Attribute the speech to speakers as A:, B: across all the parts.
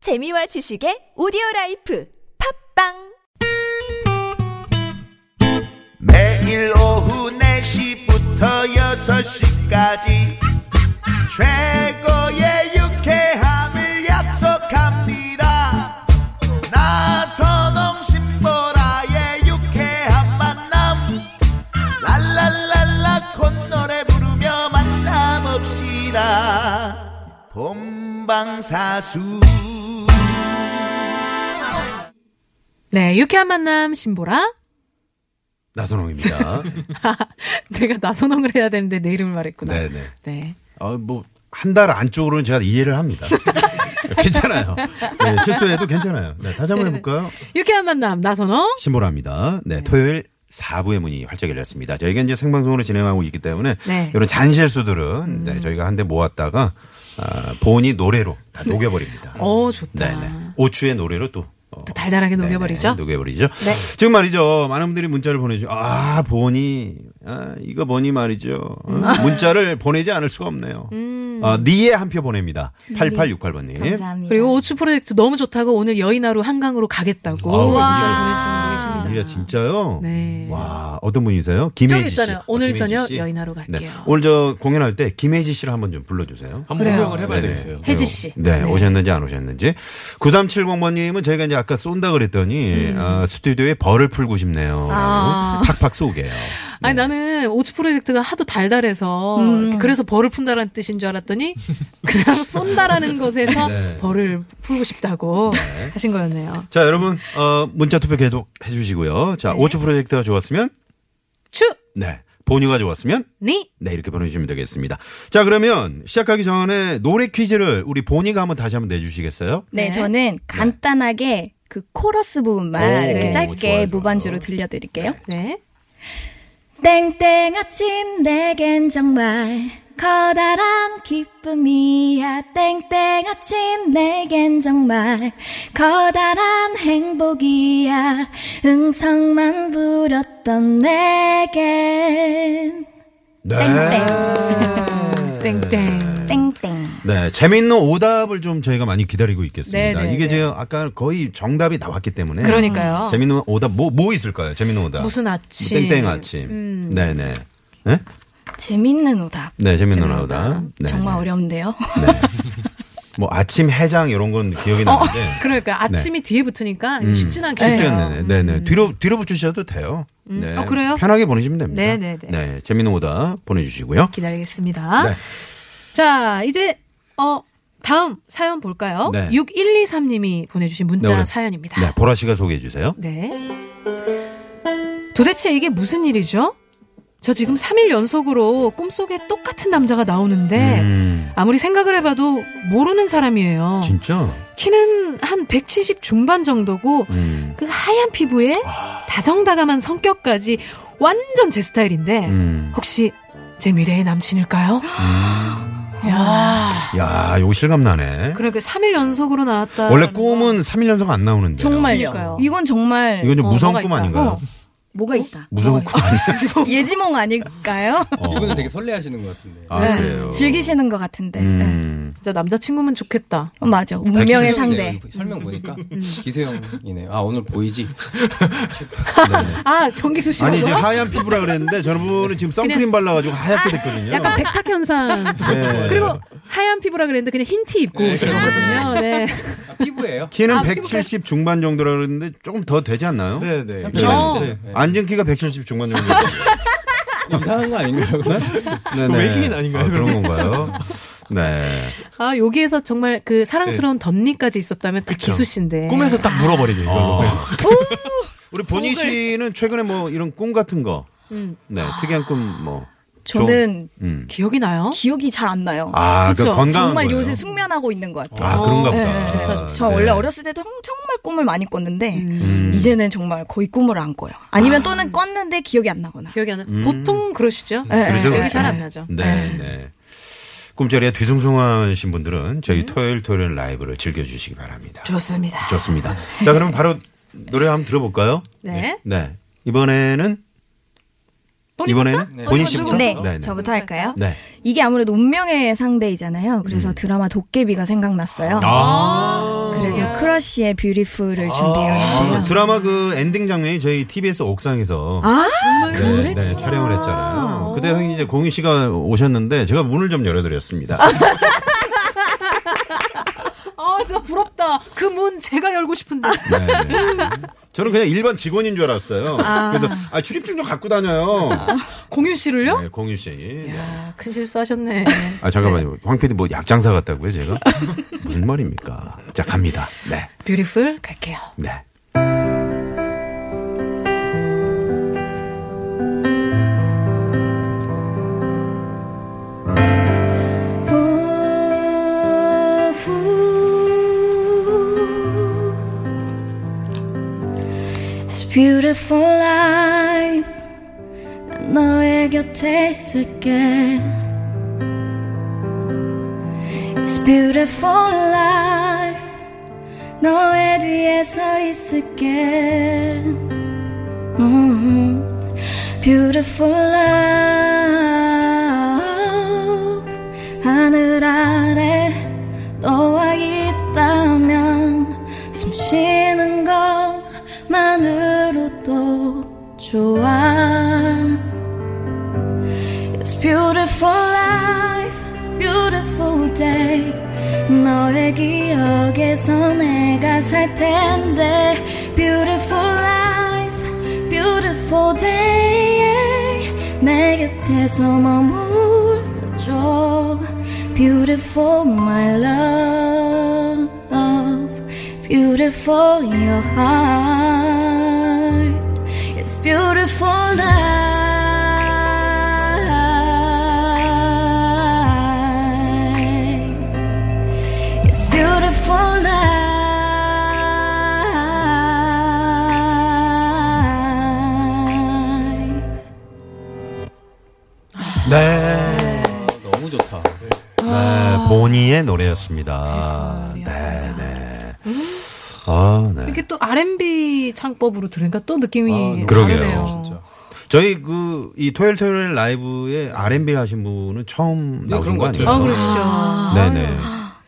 A: 재미와 지식의 오디오 라이프 팝빵
B: 매일 오후 4시부터 6시까지 최고의 유쾌함을 약속합니다 나선홍 신보라의 유쾌한 만남 랄랄랄라 콧노래 부르며 만남 없이다 본방사수
C: 네, 유쾌한 만남 신보라.
D: 나선홍입니다.
C: 내가 나선홍을 해야 되는데 내 이름을 말했구나.
D: 네네.
C: 네.
D: 어, 뭐, 한 달 안쪽으로는 제가 이해를 합니다. 괜찮아요. 네, 실수해도 괜찮아요. 네, 다시 한번 해볼까요?
C: 유쾌한 만남 나선홍.
D: 신보라입니다. 네, 토요일 4부의 문이 활짝 열렸습니다. 저희가 이제 생방송으로 진행하고 있기 때문에
C: 네.
D: 이런 잔실수들은 네, 저희가 한 대 모았다가 아, 본이 노래로 다 녹여버립니다.
C: 오 어, 좋다.
D: 음. 네네. 오추의 노래로 또. 어,
C: 또 달달하게 녹여버리죠.
D: 네네, 녹여버리죠. 지금 말이죠. 많은 분들이 문자를 보내주죠. 아, 보니. 아, 이거 보니 말이죠.
C: 음.
D: 어, 문자를 보내지 않을 수가 없네요. 아, 니에 한 표 보냅니다.
C: 네.
D: 8868번님.
E: 감사합니다.
C: 그리고 오추 프로젝트 너무 좋다고 오늘 여의나루 한강으로 가겠다고
D: 아우,
C: 문자를 보내주신 분
D: 이야,
C: 계십니다.
D: 아, 진짜요?
C: 네.
D: 와, 어떤 분이세요? 김혜지 씨. 어,
C: 있잖아요. 오늘
D: 김혜지
C: 저녁
D: 씨. 네.
C: 여의나루 갈게요.
D: 오늘 저 공연할 때 김혜지 씨를 한번 좀 불러주세요.
F: 한번
C: 그래요.
F: 호명을 해봐야
D: 네네.
F: 되겠어요.
C: 혜지 씨.
D: 네, 오셨는지 안 오셨는지. 9370번님은 저희가 이제 아까 쏜다 그랬더니 아, 스튜디오에 벌을 풀고 싶네요.
C: 음. 아.
D: 라고 팍팍 쏘게요.
C: 아니 나는 오츠 프로젝트가 하도 달달해서 이렇게 그래서 벌을 푼다라는 뜻인 줄 알았더니 그냥 쏜다라는 것에서
D: 네.
C: 벌을 풀고 싶다고 하신 거였네요.
D: 자, 여러분, 어, 문자 투표 계속 해주시고요.
C: 네.
D: 자, 오츠 프로젝트가 좋았으면, 네. 본유가 좋았으면,
C: 추니
D: 네, 이렇게 보내주시면 되겠습니다. 자, 그러면 시작하기 전에 노래 퀴즈를 우리 본이가 한번 다시 한번 내주시겠어요?
E: 네, 저는 간단하게 그 코러스 부분만
D: 오,
E: 이렇게
D: 네.
E: 짧게
D: 좋아요, 좋아요.
E: 무반주로 들려드릴게요.
C: 네.
D: 네.
E: 땡땡 아침 내겐 정말 커다란 기쁨이야 땡땡 아침 내겐 정말 커다란 행복이야 응성만 부렸던 내겐
D: 네.
C: 땡땡.
E: 땡땡
D: 네, 재밌는 오답을 좀 저희가 많이 기다리고 있겠습니다.
C: 네, 네,
D: 이게
C: 네.
D: 제가 아까 거의 정답이 나왔기 때문에.
C: 그러니까요.
D: 재밌는 오답, 뭐, 뭐 있을까요? 재밌는 오답.
C: 무슨 아침. 음.
D: 뭐 땡땡 아침. 네네. 네?
E: 재밌는 오답
D: 네, 재밌는 오답. 네,
E: 정말
D: 네.
E: 어려운데요
D: 뭐 아침 해장 이런 건 기억이 나는데.
C: 그러니까 아침이 뒤에 붙으니까 쉽진 않겠어요.
D: 네. 음.
C: 음.
D: 쉽겠네. 네네. 뒤로, 뒤로 붙이셔도 돼요. 네.
C: 아, 그래요?
D: 편하게 보내시면 됩니다.
C: 네네네.
D: 네. 재밌는 오다 보내주시고요.
C: 기다리겠습니다.
D: 네.
C: 자, 이제 어 다음 사연 볼까요?
D: 네.
C: 6123님이 보내주신 문자
D: 네, 오늘-
C: 사연입니다.
D: 네. 보라 씨가 소개해 주세요.
C: 네. 도대체 이게 무슨 일이죠? 저 지금 3일 연속으로 꿈속에 똑같은 남자가 나오는데
D: 음,
C: 아무리 생각을 해봐도 모르는 사람이에요.
D: 진짜?
C: 키는 한 170 중반 정도고
D: 음.
C: 그 하얀 피부에
D: 아.
C: 다정다감한 성격까지 완전 제 스타일인데
D: 음.
C: 혹시 제 미래의 남친일까요?
D: 음.
C: 야,
D: 야, 요거 실감 나네.
C: 아. 그러니까 3일 연속으로 나왔다.
D: 원래 꿈은 3일 연속 안 나오는데.
C: 그러니까요.
E: 이건 정말
D: 어. 이건 좀
C: 어,
D: 무서운
C: 뭐가
D: 꿈
C: 있다.
D: 아닌가요?
C: 어.
E: 뭐가 있다
D: 무서운 꿈 아니에요?
E: 예지몽 아닐까요?
D: 어.
F: 이분은 되게 설레하시는 것 같은데.
D: 아,
C: 네.
D: 그래요.
E: 즐기시는 것 같은데. 네.
D: 음.
C: 진짜 남자친구면 좋겠다.
E: 어, 맞아. 운명의
F: 기세형이네요.
E: 상대.
F: 이거 설명 보니까 기세형이네요. 아 오늘 보이지?
C: 아, 정기수 씨.
D: 아니 이제
C: 이거?
D: 하얀 피부라 그랬는데 저분은 지금 선크림 발라가지고 하얗게 됐거든요.
C: 아, 약간 백탁 현상.
D: 네.
C: 그리고 하얀 피부라 그랬는데 그냥 흰 티 입고 오시는
D: 그렇죠.
C: 거거든요. 네.
F: 아, 피부예요.
D: 키는
C: 아,
D: 170 중반 정도라 그랬는데 조금 더 되지 않나요?
F: 네네.
C: 어.
D: 앉은 키가 170 중반 정도.
F: 이상한 거 아닌가요?
D: 네, 네.
F: 외계인 아닌가요,
D: 아, 그런 건가요? 네.
C: 아, 여기에서 정말 그 사랑스러운 덧니까지 있었다면 딱 기수 씨인데.
F: 꿈에서 딱 물어버리게.
D: 어. 우리 본희 씨는 최근에 뭐 이런 꿈 같은 거,
C: 음.
D: 네 특이한 꿈 뭐.
E: 저는
D: 좀, 음.
C: 기억이 나요?
E: 기억이 잘 안 나요.
D: 아, 그
C: 그쵸.
D: 건강.
E: 정말 요새 숙면하고 있는 것 같아요.
D: 아, 그런가
C: 어,
D: 보다.
E: 네.
C: 좋다, 좋다.
E: 저
D: 네.
E: 원래 어렸을 때도 정- 정말 꿈을 많이 꿨는데
D: 음.
E: 이제는 정말 거의 꿈을 안 꿔요. 아니면 또는 꿨는데 기억이 안 나거나.
C: 기억이 안 나.
D: 음.
C: 보통 그러시죠?
E: 네,
D: 그러죠,
C: 기억이
D: 그렇죠.
C: 잘 안 나죠.
D: 네, 네. 꿈자리에 뒤숭숭하신 분들은 저희 토요일 토요일 라이브를 즐겨주시기 바랍니다.
C: 좋습니다.
D: 좋습니다. 자, 그럼 바로 노래 한번 들어볼까요?
C: 네.
D: 네. 이번에는 이번에는
F: 네.
D: 본인 씨부터.
E: 네,
D: 네.
E: 저부터 할까요?
D: 네. 음.
E: 이게 아무래도 운명의 상대이잖아요. 그래서 드라마 도깨비가 생각났어요.
D: 아.
E: 그래서 설아 씨의 뷰티풀을 준비했는데요.
D: 드라마 그 엔딩 장면이 저희 TBS 옥상에서
C: 아,
D: 네, 네, 촬영을 했잖아요. 그때 형이 이제 공희 씨가 오셨는데 제가 문을 좀 열어드렸습니다.
C: 아, 진짜 부럽다. 그 문 제가 열고 싶은데.
D: 네, 네. 저는 그냥 일반 직원인 줄 알았어요. 그래서 아, 출입증 좀 갖고 다녀요.
C: 공유 씨를요?
D: 네, 공유 씨. 네.
C: 아, 야, 큰 실수하셨네.
D: 아 잠깐만요. 황 PD 뭐 약장사 같다고요 제가? 무슨 말입니까? 자 갑니다. 네,
C: 뷰티풀 갈게요.
D: 네.
E: Ooh, It's beautiful life. 난 너의 곁에 있을게. It's beautiful life. 너의 뒤에 서 있을게. 음, Beautiful love. 하늘 아래 너와 있다면 숨 쉬는 것만으로도 좋아. It's beautiful life, beautiful day. 너의 기억에서 내가 살 텐데. Beautiful life, beautiful day. 내 곁에서 머물러줘. Beautiful my love, beautiful your heart. It's beautiful life. It's beautiful life.
D: 네.
F: 아, 너무 좋다.
D: 네, 보니의 노래였습니다. 네, 네. 아, 네.
C: 이게 또 R&B 창법으로 들으니까 또 느낌이
F: 아,
D: 그러게요.
C: 다르네요.
F: 진짜.
D: 저희 그 이 토요일 토요일 라이브에 R&B 하신 분은 처음
F: 네,
D: 나오신
F: 그런
D: 거
F: 것 같아요.
D: 아니에요?
C: 아, 그러시죠. 아,
D: 네, 네.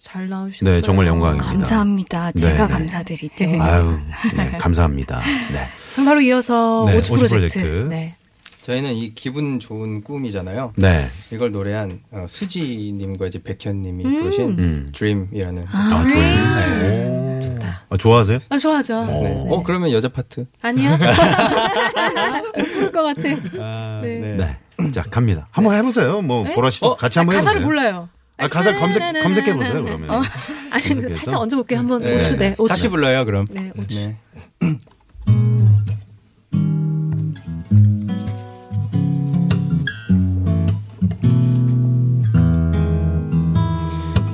C: 잘 나오셨어요.
D: 네, 정말 영광입니다.
E: 감사합니다. 제가
D: 네.
E: 감사드리죠.
D: 아유, 네, 감사합니다. 네.
C: 그럼 바로 이어서
D: 네,
C: 오즈
D: 오즈
C: 프로젝트.
D: 프로젝트.
C: 네.
F: 저희는 이 기분 좋은 꿈이잖아요.
D: 네.
F: 이걸 노래한 어, 수지님과 이제 백현님이 부르신
D: 음.
F: Dream이라는.
D: 아, 좋아요. 좋다. 아, 좋아하세요?
C: 아, 좋아하죠.
F: 네. 어 그러면 여자 파트.
C: 아니요. 부를 것 같아. 네.
D: 네. 자, 갑니다. 한번 해보세요. 뭐, 보라 씨도
F: 어?
D: 같이 한번 해보세요.
C: 아, 가사를 몰라요. 네,
D: 아, 가사 검색, 검색해보세요, 그러면.
C: 어, 아니, 근데
D: 검색해서.
C: 살짝 얹어볼게요. 한번
F: 네.
C: 오추, 네. 오추.
F: 같이 불러요 그럼.
C: 네, 오추.
F: 네.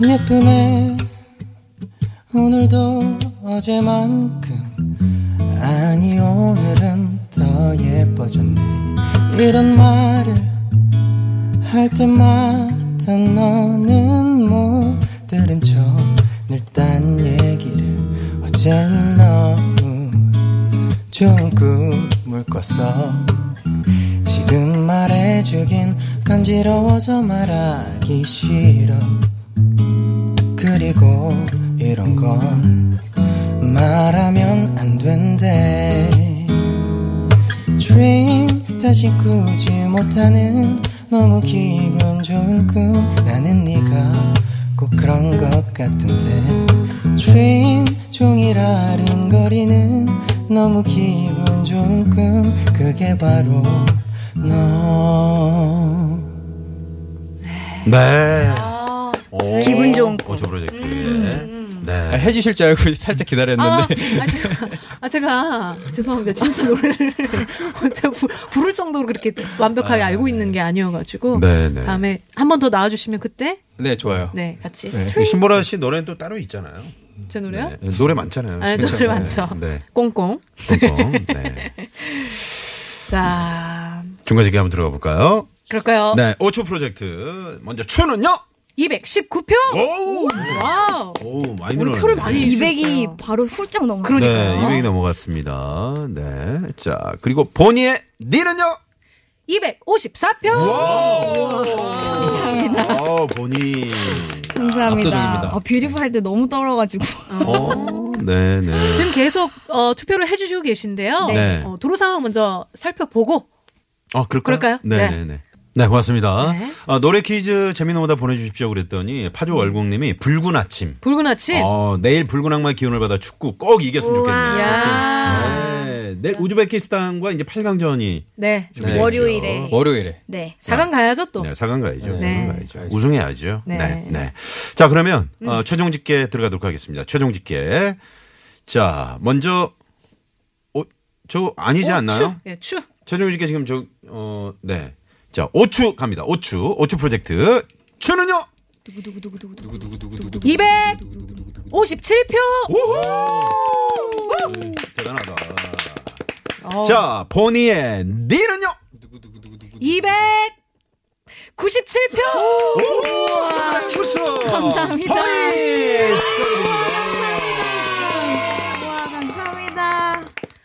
F: 예쁘네 오늘도 어제만큼 아니 오늘은 더 예뻐졌네 이런 말을 할 때마다 너는 못 들은 척늘딴 얘기를 어젠 너무 좋은 꿈을 꿨어 지금 말해주긴 간지러워서 말하기 싫어 그리고 이런 건 말하면 안 된대 Dream 다시 꾸지 못하는 너무 기분 좋은 꿈 나는 네가 꼭 그런 것 같은데 Dream 종일 아른거리는 너무 기분 좋은 꿈 그게 바로 너
D: 네. 오.
E: 기분 좋은 꿈.
D: 오즈 프로젝트. 네.
F: 아, 해주실 줄 알고 살짝
C: 아,
F: 기다렸는데
C: 아, 제가, 아, 제가 죄송합니다. 진짜 노래를 혼자 부, 부를 정도로 그렇게 완벽하게 알고 있는 게 아니어가지고
D: 아. 네, 네.
C: 다음에 한 번 더 나와주시면 그때
F: 네 좋아요
C: 네 같이
F: 네.
D: 이그 신보라 씨 노래는 또 따로 있잖아요.
C: 제 노래요?
D: 네, 노래 많잖아요.
C: 아, 저
D: 진짜.
C: 노래 많죠.
D: 네.
C: 꽁꽁.
D: 꽁꽁. 네.
C: 자,
D: 중간지기 한번 들어가 볼까요?
C: 그럴까요?
D: 네. 5초 프로젝트. 먼저 추는요?
C: 219표.
D: 오!
C: 와우.
D: 오, 많이
C: 오늘
D: 늘었네.
C: 표를 많이
E: 200이 바로 훌쩍 넘었어요.
D: 네, 200이 넘어갔습니다. 네. 자, 그리고 본이의 닐은요?
C: 254표.
E: 감사합니다.
D: 어, 본이.
E: 감사합니다. 어,
F: 압도적입니다.
E: 아, 뷰티풀 할 때 너무 떨어가지고.
D: 어, 네, 네.
C: 지금 계속 어, 투표를 해주시고 계신데요.
D: 네.
C: 어, 도로 상황 먼저 살펴보고
D: 아, 그럴까요?
C: 그럴까요?
D: 네, 네, 네. 네, 고맙습니다.
C: 네.
D: 아, 노래 퀴즈 재미노보다 보내주십시오 그랬더니 파주 월곡님이 붉은 아침.
C: 붉은 아침.
D: 어, 내일 붉은 악마의 기운을 받아 축구 꼭 이겼으면
C: 야.
D: 좋겠네요. 네. 내일 우즈베키스탄과 이제 8강전이
C: 아. 네.
D: 준비되어
E: 월요일에.
D: 있죠.
F: 월요일에
E: 네.
C: 4강 가야죠 또.
D: 네, 4강 가야죠.
C: 네.
D: 4강 가야죠.
F: 가야죠.
D: 우승해야죠. 네.
C: 네. 음.
D: 네. 자, 그러면 어, 최종 집계 들어가도록 하겠습니다. 최종 집계. 자, 먼저 어, 저 아니지
C: 오,
D: 않나요?
C: 추. 예, 추.
D: 최종 집계 지금 저 어, 네. 자, 5추 갑니다. 5추. 5추 프로젝트. 추는요?
C: 257표.
D: 대단하다.
C: 어.
D: 자, 보니의 니는요?
C: 297표.
D: 감사합니다.
E: 와, 감사합니다.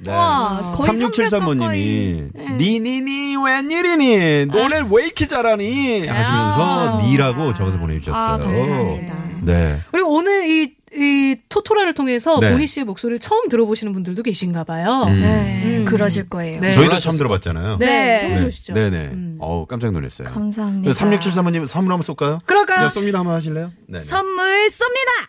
D: 네.
E: 와, 거의 네.
D: 3673번님이 니니니 웬일이니 노래를 왜 이렇게 잘하니 하시면서 니라고 적어서 보내주셨어요.
E: 아, 감사합니다.
D: 네.
C: 그리고 오늘 이, 이 토토라를 통해서
D: 네.
C: 보니 씨의 목소리를 처음 들어보시는 분들도 계신가 봐요.
D: 음.
E: 네,
C: 음.
E: 그러실 거예요.
C: 네.
D: 저희도 처음 들어봤잖아요.
C: 네. 너무 좋으시죠?
D: 네네.
C: 음.
D: 어우 깜짝 놀랐어요.
E: 감사합니다.
D: 3673번님 선물 한번 쏠까요?
C: 그럴까요?
D: 네, 쏩니다 한번 하실래요? 네.
E: 선물 쏩니다!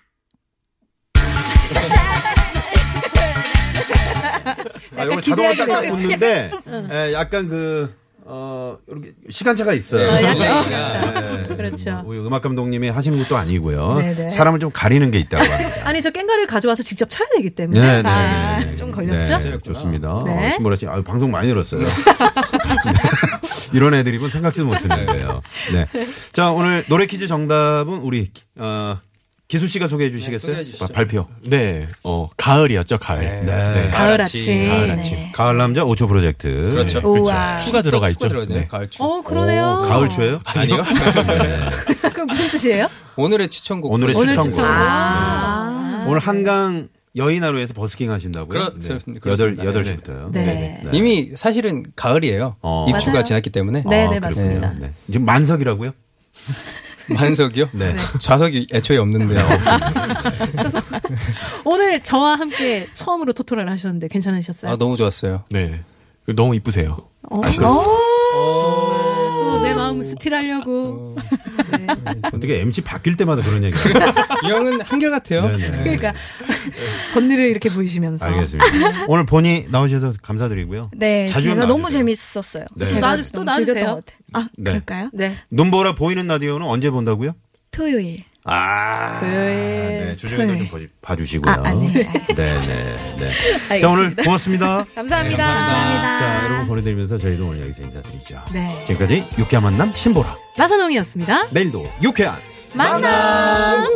D: 아, 요거
C: 기대하게
D: 자동으로 딱딱
C: 되는.
D: 붙는데, 에, 약간 그, 어, 이렇게 시간차가 있어요.
C: 어, 약간
D: 네.
C: 그렇죠.
D: 우리 음악 감독님이 하시는 것도 아니고요.
C: 네네.
D: 사람을 좀 가리는 게 있다고.
C: 지금 아니 저 깽가를 가져와서 직접 쳐야 되기 때문에
D: 네, 네,
C: 아,
D: 네, 네.
C: 좀 걸렸죠?
D: 네, 좋습니다.
C: 네.
D: 어, 신보라 씨, 아, 방송 많이 들었어요. 네. 이런 애드립은 생각지도 못했는데요. 네. 자, 오늘 노래 퀴즈 정답은 우리, 어, 기수 씨가 소개해 주시겠어요?
F: 소개해 주시죠.
D: 바- 발표.
G: 네, 어, 가을이었죠, 가을.
F: 네.
D: 네.
C: 가을 아침.
G: 가을 아침.
D: 가을 남자 5초 프로젝트.
F: 그렇죠.
E: 우와.
G: 추가 들어가 있죠.
F: 들어가잖아요.
G: 네.
F: 가을추.
C: 어 그러네요.
D: 가을 추예요? 네.
G: 아니요.
C: 그 무슨 뜻이에요?
F: 오늘의 추천곡.
D: 오늘의
C: 오늘
D: 추천곡.
C: 추천.
E: 아.
D: 오늘 한강 여인하루에서 버스킹 하신다고요?
F: 그렇- 그렇습니다.
D: 여덟
F: 네,
D: 여덟
F: 네.
D: 시부터요.
C: 네.
D: 네.
F: 이미 사실은 가을이에요.
D: 어.
F: 입추가
C: 맞아요.
F: 지났기 때문에
C: 네, 네,
D: 그렇군요.
C: 맞습니다.
D: 네. 지금 만석이라고요?
F: 어, 만석이요.
D: 네.
F: 좌석이 애초에 없는데요.
C: 오늘 저와 함께 처음으로 토토라를 하셨는데 괜찮으셨어요?
F: 아 너무 좋았어요.
G: 네. 그 너무 이쁘세요.
C: 아, 또 내 마음 스틸하려고. 네.
D: 어떻게 MC 바뀔 때마다 그런 얘기 하요
F: 이 형은 한결 같아요.
D: 네,
C: 그러니까 번니를 이렇게 보이시면서.
D: 알겠습니다. 오늘 본이 나오셔서 감사드리고요.
E: 네,
D: 자주
E: 제가 너무
D: 나와주세요.
E: 재밌었어요.
D: 네.
E: 제가
C: 나와주- 또
E: 너무
C: 나와주세요.
E: 즐겼던 것 같아요. 아,
D: 네.
E: 그럴까요?
C: 네.
D: 눈보라 보이는 라디오는 언제 본다고요?
E: 토요일.
C: 그
D: 아,
C: 토요일.
D: 네, 주중에도 좀 봐- 봐주시고요.
E: 아, 아, 네,
D: 네,
E: 알겠습니다.
D: 네, 네.
E: 알겠습니다.
D: 자, 오늘 고맙습니다.
C: 감사합니다.
D: 자, 여러분 보내드리면서 저희도 오늘 여기서 인사드리죠.
C: 네.
D: 지금까지 유쾌한 만남 신보라.
C: 나선홍이었습니다.
D: 내일도 유쾌한
C: 만남.